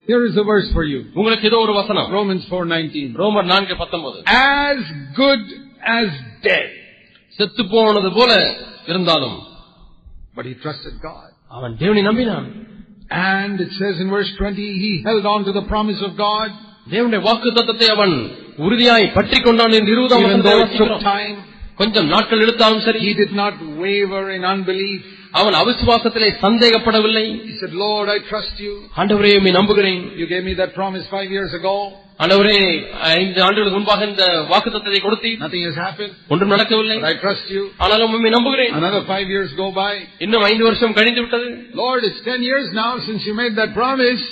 Here is a verse for you. உங்களுக்கு இதோ ஒரு வசனம் Romans 4:19. ரோமர் நான்கு பத்தொன்பது As good as dead, செத்து போனது போல இருந்தாலும் but he trusted God. அவன் தேவனை நம்பினான் And it says in verse 20, he held on to the promise of God தேவனுடைய வாக்கு தத்தத்தை அவன் உறுதியாய் பற்றி கொண்டான் என்று இருபதாம் even வசனத்தை though it took வாசிக்கிறோம். time. கொஞ்சம் நாட்கள் எடுத்தாலும் சரி He did not waver in unbelief. அவன் அவிசுவாசத்திலே சந்தேகப்படவில்லை He said, Lord, I trust you. ஆண்டவரே உம்மை நம்புகிறேன் You gave me that promise five years ago. ஆண்டவரே ஐந்து ஆண்டுகளுக்கு முன்பாக இந்த வாக்குத்தத்தத்தை கொடுத்தீர் Nothing has happened, ஒன்றும் நடக்கவில்லை but I trust you. ஆனாலும் உண்மை நம்புகிறேன் Another five years go by. இன்னும் ஐந்து வருஷம் கழிந்து விட்டது Lord, it's ten years now since you made that promise,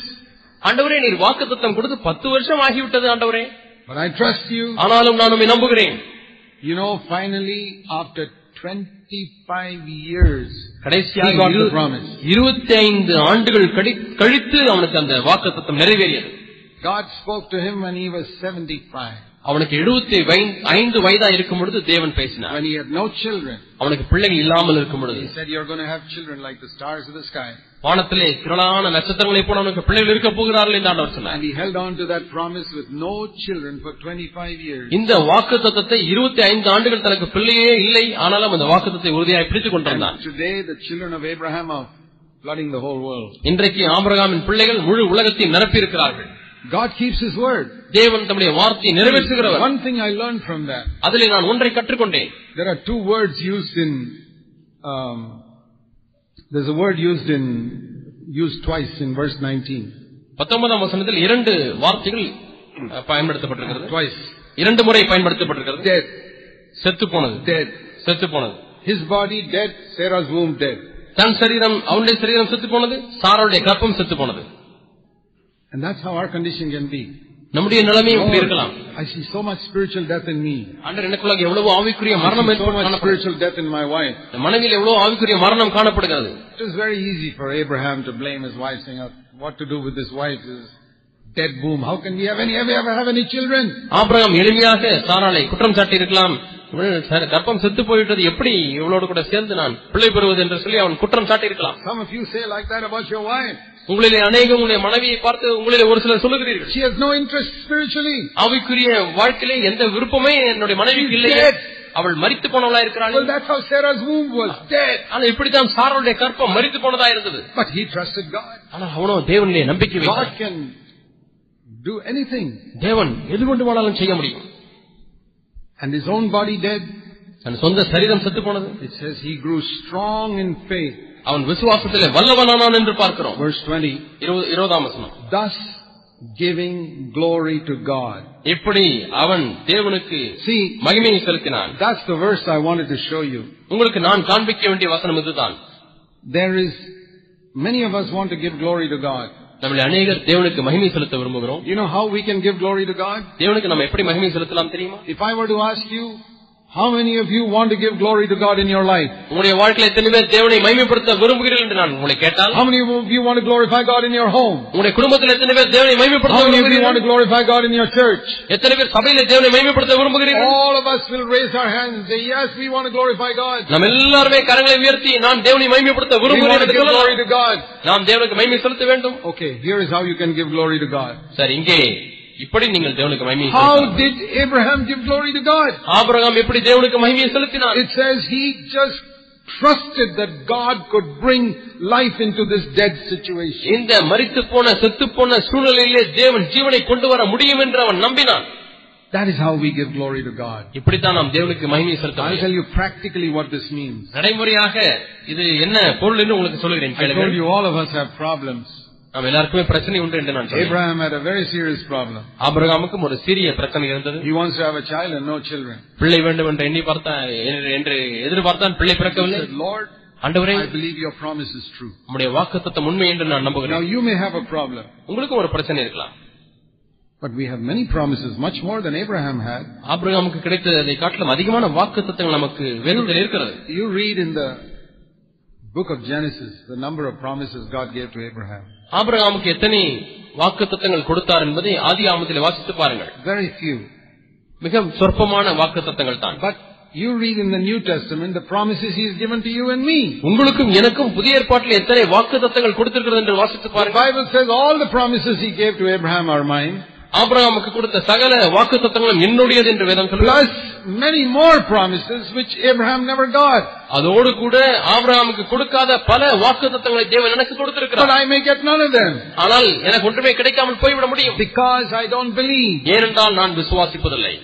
ஆண்டவரே நீர் வாக்குத்தத்தம் கொடுத்து பத்து வருஷம் ஆகிவிட்டது ஆண்டவரே but I trust you. ஆனாலும் நான் உண்மை நம்புகிறேன் You know, finally, after 25 years, He கடைசியாக got the இரு- promise. இருபத்தி ஐந்து ஆண்டுகள் கடி- கழித்து அவனுக்கு அந்த வாக்குத்தத்தம் நிறைவேறியது God spoke to him when he was 75, அவனுக்கு எழுபத்தி ஐந்து வயதா இருக்கும் பொழுது தேவன் பேசினார் when he had no children. அவனுக்கு பிள்ளைகள் இல்லாமல் இருக்கும் பொழுது He said, You're going to have children like the stars of the sky. வானத்திலே திரளான நட்சத்திரங்களைப் போல அவனுக்கு பிள்ளைகள் இருக்க போகிறார்கள் என்று ஆண்டவர் சொன்னார் And he held on to that promise with no children for 25 years. இந்த வாக்கு தத்தத்தை இருபத்தி ஐந்து ஆண்டுகள் தனக்கு பிள்ளையே இல்லை ஆனாலும் அந்த வாக்கு தத்தை உறுதியாக பிடித்துக் கொண்டிருந்தான் And today, the children of Abraham are flooding the whole world. இன்றைக்கு ஆபிரகாமின் பிள்ளைகள் முழு உலகத்தையும் நிரப்பியிருக்கிறார்கள் God keeps his word. தேவன் தம்முடைய வார்த்தையை நிறைவேற்றுகிறவர் One thing I learned from that அதிலே நான் ஒன்றை கற்றுக்கொண்டேன் there are two words used in. Um, there's a word used in used twice in verse 19. பத்தொன்பதாம் வசனத்தில் இரண்டு வார்த்தைகள் அஹ், பயன்படுத்தப்பட்டிருக்கிறது Twice. இரண்டு முறை பயன்படுத்தப்பட்டிருக்கிறது Dead. செத்து போனது Dead. செத்து போனது His body dead. Sarah's womb dead. தன் சரீரம் அவனுடைய சரீரம் செத்து போனது சாராளுடைய கற்பம் செத்து போனது And that's how our condition can be. நம்முடைய நிலைமையும் இப்படி Lord, இருக்கலாம் I see so much spiritual death in me. ஆண்டவர் எனக்குள்ளாக எவ்வளவு ஆவிக்குரிய I மரணம் see so much ஏற்படுகிறது spiritual death in my wife. இந்த மனைவியில் எவ்வளவு ஆவிக்குரிய மரணம் காணப்படுகிறது It was very easy for Abraham to blame his wife, saying, "Uh, "What to do with this wife? This dead womb. How can we have any? Have we ever have any children?" Abraham எளிமையாக சாராளை குற்றம் சாட்டி இருக்கலாம் கர்ப்பம் செத்து போய்விட்டது எப்படி இவளோடு கூட சேர்ந்து நான் பிள்ளை பெறுவது என்று சொல்லி அவன் குற்றம் சாட்டி இருக்கலாம் Some of you say like that about your wife. உங்களிலே அநேகம் உங்களுடைய மனைவியை பார்த்து உங்களிலே ஒரு சிலர் சொல்லுகிறீர்கள் She has no interest spiritually. ஆவிக்குரிய வாழ்க்கையிலே எந்த விருப்பமே என்னுடைய மனைவிக்கு இல்லையே அவள் மரித்து போனவளா இருக்கிறாள் Well, that's how Sarah's womb was dead. ஆனா இப்படித்தான் சாராளுடைய கற்பம் மரித்து போனதா இருந்தது But he trusted God. ஆனால் அவனோ தேவனிலே நம்பிக்கை வைத்தான் God can do anything. தேவன் எது வேண்டுமானாலும் செய்ய முடியும் And his own body dead. தன் சொந்த சரீரம் செத்து போனது It says he grew strong in faith. அவன் விசுவாசத்திலே வல்லவனானான் என்று பார்க்கிறோம் Verse 20. இருபது- இருபதாம் வசனம் Thus giving glory to God. இப்படி அவன் தேவனுக்கு See, மகிமையை செலுத்தினான் that's the verse I wanted to show you. உங்களுக்கு நான் காண்பிக்க வேண்டிய வசனம் இதுதான் There is, many of us want to give glory to God. நம்மளை அநேகர் தேவனுக்கு மகிமை செலுத்த விரும்புகிறோம் You know how we can give glory to God? தேவனுக்கு நம்ம எப்படி மகிமை செலுத்தலாம் தெரியுமா If I were to ask you, how many of you want to give glory to God in your life? உங்களுடைய வாழ்க்கையில எத்தனை பேர் தேவனை மகிமைப்படுத்த விரும்புகிறீர்கள் என்று நான் உங்களை கேட்டால் How many of you want to glorify God in your home? உங்களுடைய குடும்பத்தில் எத்தனை பேர் தேவனை How மகிமைப்படுத்த many of you want to விரும்புகிறீர்கள் glorify God in your church? எத்தனை பேர் சபையில தேவனை மகிமைப்படுத்த விரும்புகிறீர்கள் All of us will raise our hands and say, yes, we want to glorify God. நாம் எல்லாருமே கரங்களை உயர்த்தி நான் தேவனை மகிமைப்படுத்த We விரும்புகிறேன் want to என்று give glory சொல்லலாம். to God. நாம் தேவனுக்கு மகிமை செலுத்த வேண்டும் Okay, here is how you can give glory to God. Sir இங்கே இப்படி நீங்கள் தேவனுக்கு மகிமை How செலுத்தலாம். did Abraham give glory to God? Abraham எப்படி தேவனுக்கு மகிமையை செலுத்தினார் It says he just trusted that God could bring life into this dead situation. இந்த மரித்து போன செத்து போன சூழ்நிலையிலே தேவன் ஜீவனை கொண்டு வர முடியும் என்று அவன் நம்பினான் That is how we give glory to God. இப்படித்தான் நாம் தேவனுக்கு மகிமை செலுத்த I'll tell முடியும். you practically what this means. நடைமுறையாக இது என்ன பொருள் என்று உங்களுக்கு சொல்லுகிறேன் I told கேளுங்கள் you all of us have problems. நாம் எல்லாருக்குமே பிரச்சனை உண்டு என்று நான் சொல்றேன் Abraham had a very serious problem. ஆபிரகாமுக்கும் ஒரு சிறிய பிரச்சனை இருந்தது He wants to have a child and no children. பிள்ளை வேண்டும் என்று எண்ணி பார்த்தா என்று- என்று எதிர்பார்த்தான் பிள்ளை He பிறக்கவில்லை said, Lord, ஆண்டவரே I believe your promise is true. நம்முடைய வாக்குத்தத்தம் உண்மை என்று நான் Now நம்புகிறேன் you may have a problem, உங்களுக்கும் ஒரு பிரச்சனை இருக்கலாம் but we have many promises, much more than Abraham had. ஆபிரகாமுக்கு கிடைத்ததை காட்டிலும் அதிகமான வாக்குத்தத்தங்கள் நமக்கு வேதத்தில் இருக்கிறது You read in the book of Genesis the number of promises God gave to Abraham. ஆபிரகாமுக்கு எத்தனை வாக்குத்தத்தங்கள் கொடுத்தார் என்பதை ஆதி ஆமத்தில் வாசித்து பாருங்கள் Very few. மிக சொற்பமான வாக்குத்தத்தங்கள் தான் But You read in the New Testament the promises He has given to you and me. உங்களுக்கும் எனக்கும் புதிய ஏற்பாட்டில் எத்தனை வாக்கு தத்தங்கள் கொடுத்திருக்கிறது என்று வாசித்து The பாருங்க Bible says all the promises He gave to Abraham are mine, ஆபிரகாமுக்கு கொடுத்த சகல வாக்கு தத்தங்களும் என்னுடையது என்று வேதம் சொல்லுவார் plus many more promises which Abraham never got. அதோடு கூட ஆபிரகாமுக்கு கொடுக்காத பல வாக்கு தத்தங்களை தேவன் எனக்கு But கொடுத்திருக்கிறார் I may get none of them ஆனால் எனக்கு ஒன்றுமே கிடைக்காமல் போய்விட முடியும் because I don't believe. ஏனென்றால் நான் விசுவாசிப்பதில்லை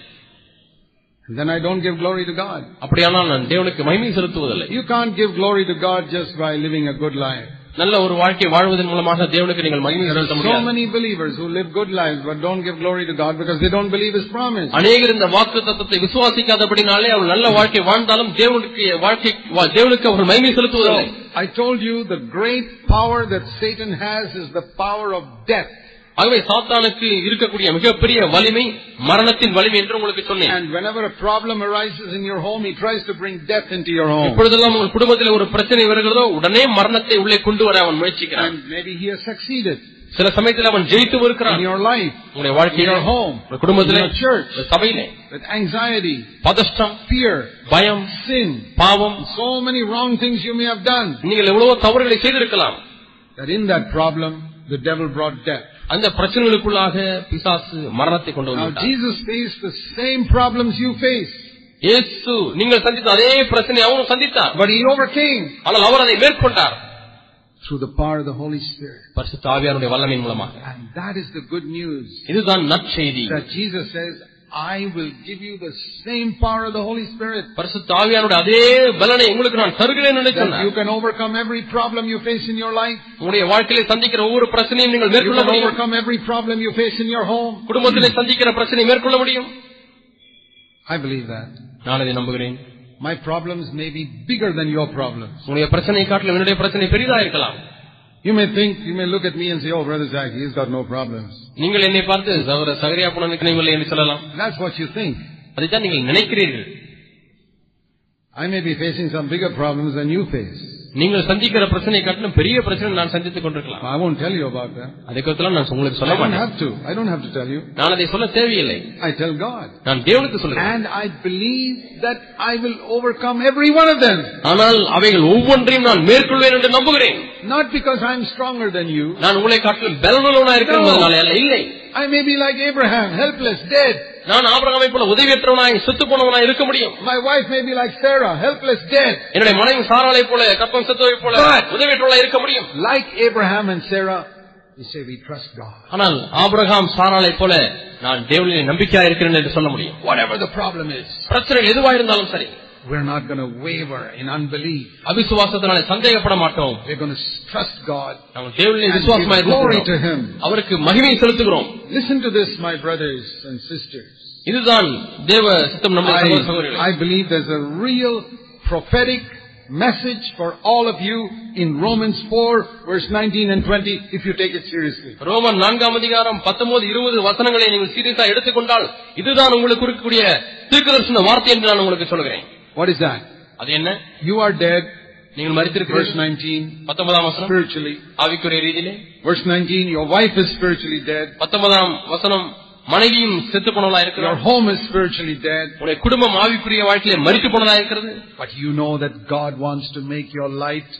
And then I don't give glory to God. அப்படியானால் நான் தேவனுக்கு மகிமை செலுத்துவதில்லை You can't give glory to God just by living a good life. நல்ல ஒரு வாழ்க்கை வாழ்வதன் மூலமாக தேவனுக்கு நீங்கள் மகிமை There செலுத்த are so முடியாது many believers who live good lives but don't give glory to God because they don't believe His promise. அநேகர் இந்த வாக்கு தத்தத்தை விசுவாசிக்காதபடினாலே அவள் நல்ல வாழ்க்கை வாழ்ந்தாலும் தேவனுக்கு வாழ்க்கை வா- தேவனுக்கு அவர் மகிமை So, செலுத்துவதில்லை I told you the great power that Satan has is the power of death. ஆகவே சாத்தானுக்கு இருக்கக்கூடிய மிகப்பெரிய வலிமை மரணத்தின் வலிமை என்று உங்களுக்கு சொன்னேன் And whenever a problem arises in your home, he tries to bring death into your home. எப்பொழுதெல்லாம் உங்கள் குடும்பத்தில் ஒரு பிரச்சனை வருகிறதோ உடனே மரணத்தை உள்ளே கொண்டு வர அவன் முயற்சிக்கிறான் And maybe he has succeeded சில சமயத்தில் அவன் ஜெயித்து in இருக்கிறான் your life உங்களுடைய வாழ்க்கையில In your home, உங்கள் குடும்பத்திலே in your church. உங்கள் சபையிலே with anxiety, பதஷ்டம் fear, பயம் sin, பாவம் so many wrong things you may have done. நீங்கள் எவ்வளவோ தவறுகளை செய்திருக்கலாம் That in that problem, the devil brought death. அந்த பிரச்சனைகளுக்குள்ளாக பிசாசு மரணத்தை கொண்டு Now வந்து Jesus faced the same problems you face, இயேசு நீங்கள் சந்தித்த அதே பிரச்சனை அவரும் சந்தித்தார் but he overcame ஆனால் அவர் அதை மேற்கொண்டார் through the power of the Holy Spirit. பரிசுத்த ஆவியாருடைய வல்லமையின் மூலமாக And that is the good news இதுதான் நற்செய்தி that Jesus says, I will give you the same power of the Holy Spirit பரிசுத்த ஆவியாருடைய அதே பலனை உங்களுக்கு நான் தருகிறேன் என்று that சொன்னார் you can overcome every problem you face in your life. உங்களுடைய வாழ்க்கையில சந்திக்கிற ஒவ்வொரு பிரச்சனையும் நீங்கள் You மேற்கொள்ள can முடியும் overcome every problem you face in your home. குடும்பத்திலே சந்திக்கிற பிரச்சனையை மேற்கொள்ள முடியும் I believe that. நான் இதை நம்புகிறேன் My problems may be bigger than your problems. உங்களுடைய பிரச்சனையை காட்டிலும் என்னுடைய பிரச்சனை பெரிதா இருக்கலாம் You may think, you may look at me and say, oh, Brother Zach, he's got no problems. நீங்கள் என்னை பார்த்து சகோதர சகரியா புனனுக்கு நினைவில்லை என்று சொல்லலாம் That's what you think. அதைத்தான் நீங்கள் நினைக்கிறீர்கள் I may be facing some bigger problems than you face. நீங்கள் சந்திக்கிற பிரச்சனை காட்டிலும் பெரிய பிரச்சனை நான் சந்தித்துக் கொண்டிருக்கலாம் I won't tell you about that. அதை குறித்தெல்லாம் நான் உங்களுக்கு I சொல்ல don't மாட்டேன் have to. I don't have to tell you. நான் அதை சொல்ல தேவையில்லை I tell God. நான் தேவனுக்கு சொல்றேன் And I believe that I will overcome every one of them. ஆனால் அவைகள் ஒவ்வொன்றையும் நான் மேற்கொள்வேன் என்று நம்புகிறேன் Not because I'm stronger than you. நான் உங்களை காட்டிலும் பலனுள்ளவனா இருக்கிறதுனால அல்ல இல்லை I may be like Abraham, helpless, dead. நான் ஆபரகாமை போல உதவியற்றவனாய் செத்து போனவனாய் இருக்க முடியும் My wife may be like Sarah, helpless, dead. என்னுடைய மனைவி சாராளை போல கற்பம் செத்தவை போல உதவியற்றவளா இருக்க முடியும் Like Abraham and Sarah, we say we trust God. ஆனால் ஆபிரகாம் சாராளை போல நான் தேவனிலே நம்பிக்கையா இருக்கிறேன் என்று சொல்ல முடியும் Whatever the problem is, பிரச்சனை எதுவா இருந்தாலும் சரி we're not going to waver in unbelief. அவிசுவாசத்தினாலே சந்தேகப்பட மாட்டோம் We're going to trust God. நாங்கள் தேவனிலே And விசுவாசமா give glory to இருக்கிறோம் Him. அவருக்கு மகிமை செலுத்துகிறோம் Listen to this, my brothers and sisters. இதுதான் தேவ சித்தம் நம்முடைய சகோதர சகோதரிகளே. I, I believe there's a real prophetic message for all of you in Romans 4, verse 19 and 20, if you take it seriously. Roman நான்காம் அதிகாரம் 19 இருபது வசனங்களை நீங்கள் சீரியஸா எடுத்துக்கொண்டால் இதுதான் உங்களுக்கு இருக்கக்கூடிய தீர்க்கதரிசன வார்த்தை என்று நான் உங்களுக்கு சொல்கிறேன் What is that? அது என்ன You are dead, நீங்கள் verse மறித்திருக்கிறீர்கள் 19, பத்தொன்பதாம் வசனம் spiritually. ஆவிக்குரிய ரீதியிலே Verse 19, your wife is spiritually dead. பத்தொன்பதாம் வசனம் மனைவியும் செத்து போனவளா Your இருக்கிறார் home is spiritually dead. உங்களுடைய குடும்பம் ஆவிக்குரிய வாழ்க்கையிலே மறித்து போனதா இருக்கிறது But you know that God wants to make your light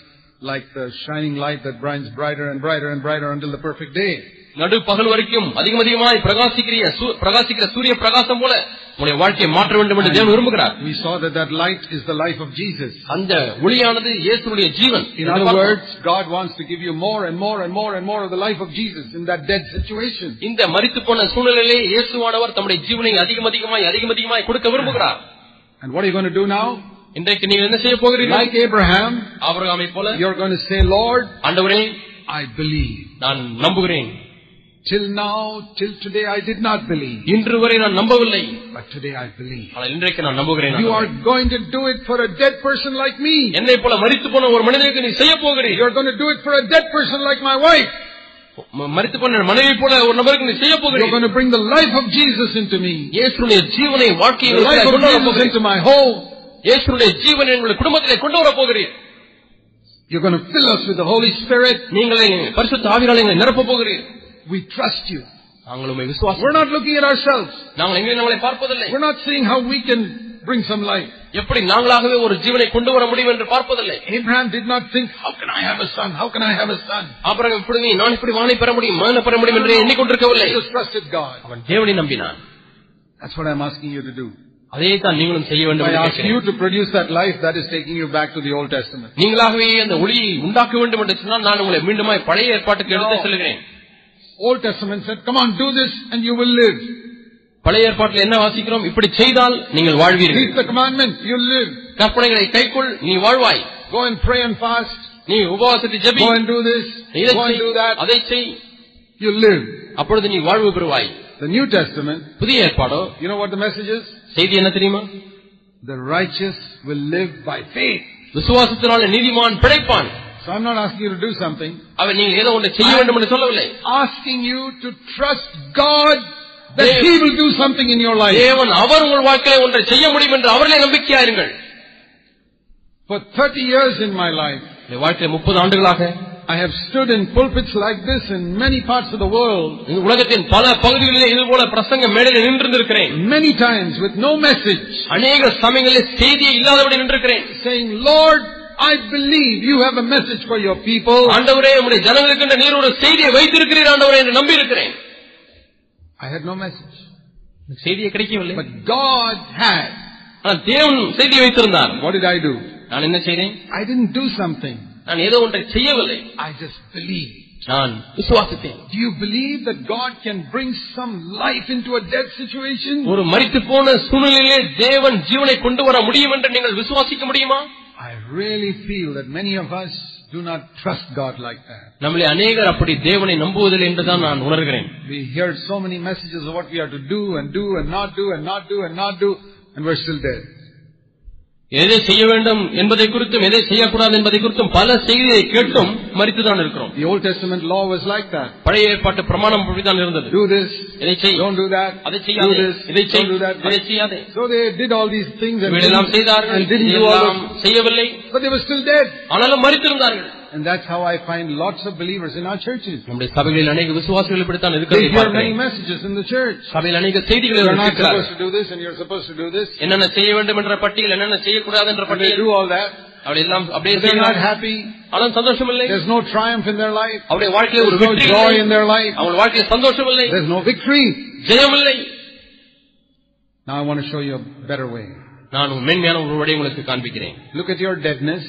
like the shining light that burns brighter and brighter and brighter until the perfect day. நடு பகல் வரைக்கும் அதிகம் அதிகமாய் பிரகாசிக்கிற சூ- பிரகாசிக்கிற சூரிய பிரகாசம் போல உங்களுடைய வாழ்க்கையை மாற்ற வேண்டும் என்று தேவன் விரும்புகிறார் We saw that that light is the life of Jesus. அந்த ஒளியானது இயேசுடைய ஜீவன் In other words, God wants to give you more and more and more and more of the life of Jesus in that dead situation. இந்த மரித்து போன சூழ்நிலையிலே இயேசுவானவர் தம்முடைய ஜீவனை அதிகம் அதிகமாய் அதிகம் அதிகமாய் கொடுக்க விரும்புகிறார் And what are you going to do now? இன்றைக்கு நீங்கள் என்ன செய்ய போகிறீர்கள் Like Abraham, ஆபிரகாமை போல you're going to say, Lord, ஆண்டவரே I believe. நான் நம்புகிறேன் Till now, till today, I did not believe. இன்று வரை நான் நம்பவில்லை But today I believe. ஆனால் இன்றைக்கு நான் நம்புகிறேன் You are ஆண்டவரே. going to do it for a dead person like me. என்னை போல மரித்து போன ஒரு மனிதனுக்கு நீ செய்ய போகிறீர் You're going to do it for a dead person like my wife. ம- மரித்து போன மனைவி போல ஒரு நபருக்கு நீ செய்ய You're போகிறீர் going to bring the life of Jesus into me. இயேசுடைய ஜீவனை The வாழ்க்கையில் life of கொண்டு வர Jesus போகிறீர் into my home. இயேசுடைய ஜீவனை உங்களுடைய குடும்பத்திலே கொண்டு வர போகிறீர் You're going to fill us with the Holy Spirit. நீங்களே பரிசுத்த ஆவியாலே எங்களை நிரப்பப் போகிறீர் We trust you. நாங்கள் உண்மை விசுவாசம் We're not looking at ourselves. நாங்கள் எங்களை நாங்களே பார்ப்பதில்லை We're not seeing how we can bring some life. எப்படி நாங்களாகவே ஒரு ஜீவனை கொண்டு வர முடியும் என்று பார்ப்பதில்லை Abraham did not think, how can I have a son? How can I have a son? Abraham இப்படி நீ நான் இப்படி வானை பெற முடியும் மானை பெற முடியும் என்று எண்ணிக்கொண்டிருக்கவில்லை He just trusted God. அவன் தேவனை நம்பினான் That's what I'm asking you to do. அதே தான் நீங்களும் செய்ய வேண்டும் I என்று ask you கேட்கிறேன். to produce that life that is taking you back to the Old Testament. நீங்களாகவே அந்த ஒளியை உண்டாக்க வேண்டும் என்று சொன்னால் நான் உங்களை மீண்டுமாய் பழைய ஏற்பாட்டுக்கு எடுத்து செல்கிறேன் Old Testament said, come on, do this and you will live. பழைய ஏற்பாட்டில் என்ன வாசிக்கிறோம் இப்படி செய்தால் நீங்கள் வாழ்வீர்கள் Keep the commandment, you live. கற்பனைகளை கைக்குள் நீ வாழ்வாய் Go and pray and fast. நீ உபவாசத்தை ஜெபி Go and do this. இதை Go and செய் do that. அதை செய் You live. அப்பொழுது நீ வாழ்வு பெறுவாய் The New Testament, புதிய ஏற்பாடோ you know what the message is? செய்தி என்ன தெரியுமா The righteous will live by faith. விசுவாசத்தினால நீதிமான் பிழைப்பான் So I'm not asking you to do something. அவன் நீங்கள் ஏதோ ஒன்றை செய்ய வேண்டும் என்று சொல்லவில்லை Asking you to trust God that Yes. He will do something in your life. தேவன் அவர் உங்கள் வாழ்க்கையில ஒன்றை செய்ய முடியும் என்று அவர்களே நம்பிக்கையாயிருங்கள் For 30 years in my life, இந்த வாழ்க்கையில முப்பது ஆண்டுகளாக I have stood in pulpits like this in many parts of the world, இந்த உலகத்தின் பல பகுதிகளிலே இது போல பிரசங்க மேடையில் நின்றிருந்திருக்கிறேன் many times with no message, அநேக சமயங்களில் செய்தியே இல்லாதபடி நின்றிருக்கிறேன் saying, Lord, I believe you have a message for your people. ஆண்டவரே நம்முடைய ஜனங்களுக்கு என்று நீர் ஒரு செய்தியை வைத்திருக்கிறீர் ஆண்டவரே என்று நம்பி இருக்கிறேன் I had no message. செய்தியை கிடைக்கவில்லை But God had. ஆனால் தேவன் செய்தி வைத்திருந்தார் What did I do? நான் என்ன செய்தேன் I didn't do something. நான் ஏதோ ஒன்றை செய்யவில்லை I just believed. நான் விசுவாசித்தேன் Do you believe that God can bring some life into a dead situation? ஒரு மரித்து போன சூழ்நிலையிலே தேவன் ஜீவனை கொண்டு வர முடியும் என்று நீங்கள் விசுவாசிக்க முடியுமா I really feel that many of us do not trust God like that. நம்மளே அநேகர் அப்படி தேவனை நம்புவதில்லை என்றுதான் நான் உணர்கிறேன் We hear so many messages of what we are to do and do and not do and not do and not do, and we're still dead. எதை செய்ய வேண்டும் என்பதை குறித்தும் எதை செய்யக்கூடாது என்பதை குறித்தும் பல செய்தியை கேட்டும் மறித்துதான் இருக்கிறோம் The Old Testament law was like that. பழைய ஏற்பாட்டு பிரமாணம் அப்படிதான் இருந்தது Do this, இதை செய் don't do that, அதை do செய்யாதே இதை this, செய் don't do that. அதை செய்யாதே So they did all these things and இவையெல்லாம் didn't, செய்தார்கள் and didn't do all இதையெல்லாம் of செய்யவில்லை But they were still dead. ஆனாலும் மறித்திருந்தார்கள் And that's how I find lots of believers in our churches. நம்முடைய சபைகளில் அநேக விசுவாசிகள் இப்படித்தான் They hear many இருக்கிறது messages in the church. சபையில் அநேக செய்திகளை You're அவர்கள் not கேட்கிறார்கள். supposed to do this and you're supposed to do this. என்னென்ன செய்ய வேண்டும் என்ற பட்டியல் என்னென்ன செய்யக்கூடாது என்ற And they பட்டியல் do all that. அவள் எல்லாம் அப்படியே But they're not செய்கிறார்கள். happy. ஆனால் சந்தோஷம் இல்லை There's no triumph in their life. அவருடைய வாழ்க்கையில ஒரு There's no வெற்றி joy in இல்லை. their life. அவள் வாழ்க்கையில் சந்தோஷம் இல்லை There's no victory. ஜெயம் இல்லை Now I want to show you a better way. நான் ஒரு மேன்மையான ஒரு வழியை உங்களுக்கு காண்பிக்கிறேன் Look at your deadness.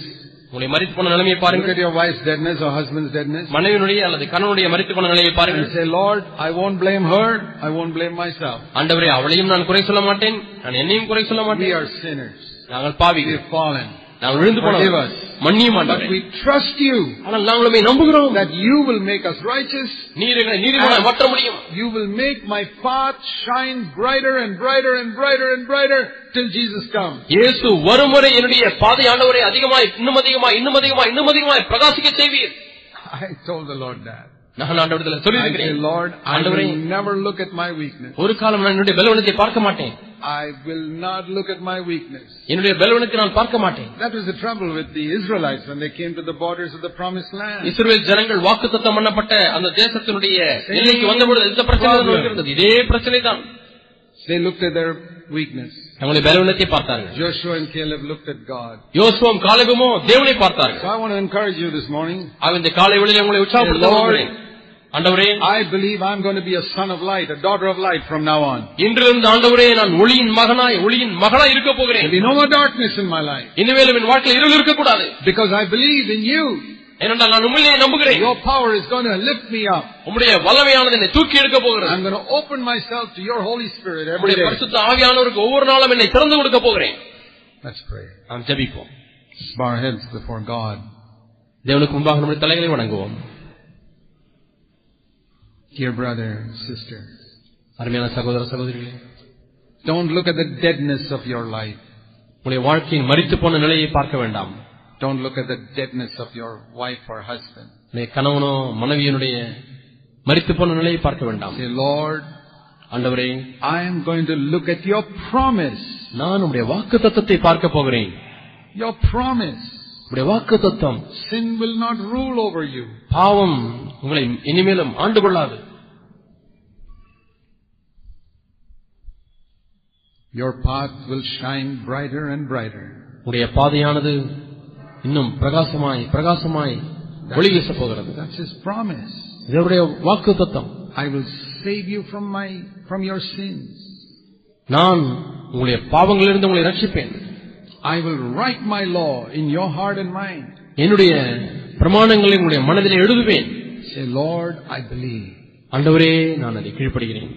உங்களை மறித்து போன நிலைமையை Look பாருங்கள் at your wife's deadness or husband's deadness. மனைவியினுடைய அல்லது கணவனுடைய மறித்து போன நிலையை பாருங்கள் And say, Lord, I won't blame her. I won't blame myself. ஆண்டவரே அவளையும் நான் குறை சொல்ல மாட்டேன் நான் என்னையும் குறை சொல்ல We மாட்டேன் are sinners. நாங்கள் We பாவிகள் have fallen. நாங்கள் விழுந்து Forgive போனோம் us. மன்னியும் But ஆண்டவரே we trust you ஆனால் நாங்கள் உண்மை நம்புகிறோம் that you will make us righteous. நீர் எங்களை நீதிமான மாற்ற முடியும் You will make my path shine brighter and brighter and brighter and brighter till Jesus comes. இயேசு வரும் வரை என்னுடைய பாதை ஆண்டவரை அதிகமாய் இன்னும் அதிகமாய் இன்னும் அதிகமாய் இன்னும் அதிகமாய் பிரகாசிக்க செய்வீர் I told the Lord that. நான் ஆண்டவரத்தில் I say, சொல்லியிருக்கிறேன் Lord, I ஆண்டவரே, will never look at my weakness. ஒரு காலம் நான் என்னுடைய பலவனத்தை பார்க்க மாட்டேன் I will not look at my weakness. என்னுடைய பலவனத்தை நான் பார்க்க மாட்டேன் That was the trouble with the Israelites when they came to the borders of the promised land. இஸ்ரவேல் ஜனங்கள் வாக்குத்தத்தம் பண்ணப்பட்ட அந்த தேசத்தினுடைய எல்லைக்கு வந்தபொழுது இந்த பிரச்சனை தான் இருந்தது இதே பிரச்சனை தான் They looked at their weakness. நம்முடைய பலவனத்தை பார்த்தார்கள் Joshua and Caleb looked at God. யோசுவம் காலகமோ தேவனை So பார்த்தார்கள் I want to encourage you this morning. அவன் இந்த காலை வெளியில் உங்களை உற்சாகப்படுத்த Lord. விரும்புகிறேன். ஆண்டவரே I believe I'm going to be a son of light, a daughter of light from now on. இன்றிலிருந்து ஆண்டவரே நான் ஒளியின் மகனாய் ஒளியின் மகனாய் இருக்க போகிறேன் There'll be no more darkness in my life இனிமேலும் என் வாழ்க்கையில் இருள் இருக்கக்கூடாது because I believe in you. ஏனென்றால் நான் உண்மையிலே நம்புகிறேன் Your power is going to lift me up. உம்முடைய வல்லமையானது என்னை தூக்கி எடுக்க போகிறது I'm going to open myself to your Holy Spirit every நம்முடைய day. பரிசுத்த ஆவியானவருக்கு ஒவ்வொரு நாளும் என்னை திறந்து கொடுக்க போகிறேன் Let's pray. நாம் ஜெபிப்போம் Let's bow our heads before God. தேவனுக்கு முன்பாக நம்முடைய தலைகளை வணங்குவோம் Dear brother, sister, அருமையான சகோதர சகோதரிகளே don't look at the deadness of your life. உங்களுடைய வாழ்க்கையின் மறித்து போன நிலையை பார்க்க வேண்டாம் Don't look at the deadness of your wife or husband. உங்களுடைய கணவனோ மனைவியனுடைய மறித்து போன நிலையை பார்க்க வேண்டாம் Say, Lord, ஆண்டவரே I am going to look at your promise. நான் உடைய வாக்கு தத்தத்தை பார்க்க போகிறேன் Your promise. உடைய வாக்கு தத்தம் Sin will not rule over you. பாவம் உங்களை இனிமேலும் ஆண்டு கொள்ளாது Your path will shine brighter and brighter. உடைய பாதையானது இன்னும் பிரகாசமாய் பிரகாசமாய் ஒளி வீச போகிறது That's His promise. இதனுடைய வாக்கு தத்தம் I will save you from my, from your sins. நான் உங்களுடைய பாவங்களிலிருந்து உங்களை ரட்சிப்பேன் I will write my law in your heart and mind. என்னுடைய பிரமாணங்களை உங்களுடைய மனதிலே எழுதுவேன் Say, Lord, I believe. ஆண்டவரே நான் அதை கீழ்ப்படுகிறேன்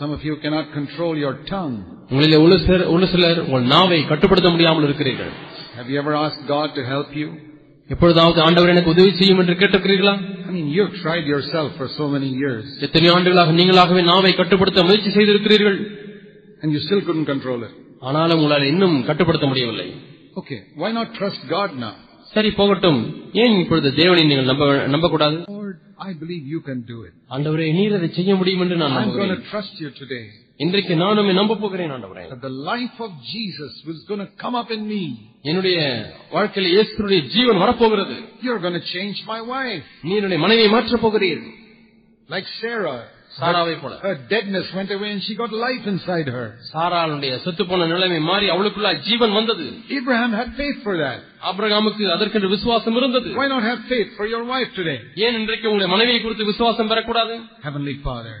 Some of you cannot control your tongue. உங்களிலே ஒரு சிலர் ஒரு சிலர் உங்கள் நாவை கட்டுப்படுத்த முடியாமல் இருக்கிறீர்கள் Have you ever asked God to help you? எப்பொழுதாவது ஆண்டவர் எனக்கு உதவி செய்யும் என்று கேட்டிருக்கிறீர்களா I mean, you've tried yourself for so many years எத்தனை ஆண்டுகளாக நீங்களாகவே நாவை கட்டுப்படுத்த முயற்சி செய்திருக்கிறீர்கள் and you still couldn't control it. ஆனாலும் உங்களால் இன்னும் கட்டுப்படுத்த முடியவில்லை Okay, why not trust God now? சரி போகட்டும் ஏன் இப்பொழுது தேவனை நீங்கள் நம்ப நம்பக்கூடாது Lord, I believe you can do it. ஆண்டவரே நீர் அதை செய்ய முடியும் என்று நான் I'm going நம்புகிறேன் to trust you today. இன்றைக்கு நானும் நம்ப போகிறேன் ஆண்டவரே That the life of Jesus was going to come up in me. என்னுடைய வாழ்க்கையில இயேசுடைய ஜீவன் வரப்போகிறது You're going to change my wife. நீ என்னுடைய மனைவியை மாற்றப் போகிறீர் Like Sarah. சாராவை போல Her deadness went away and she got life inside her. சாராளுடைய செத்து போன நிலைமை மாறி அவளுக்குள்ள ஜீவன் வந்தது Abraham had faith for that. ஆபிரகாமுக்கு அதற்கென்று விசுவாசம் இருந்தது Why not have faith for your wife today? ஏன் இன்றைக்கு உங்களுடைய மனைவியை குறித்து விசுவாசம் பெறக்கூடாது Heavenly Father,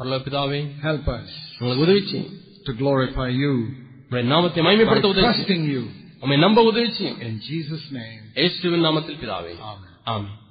பரலோக பிதாவே help us உங்களுக்கு உதவி செய்யும் to glorify you உங்களுடைய நாமத்தை by மகிமைப்படுத்த உதவி செய்யும். trusting you. உம்மை நம்ப உதவி செய்யும் In Jesus' name, இயேசுவின் நாமத்தில் பிதாவே Amen. ஆமென்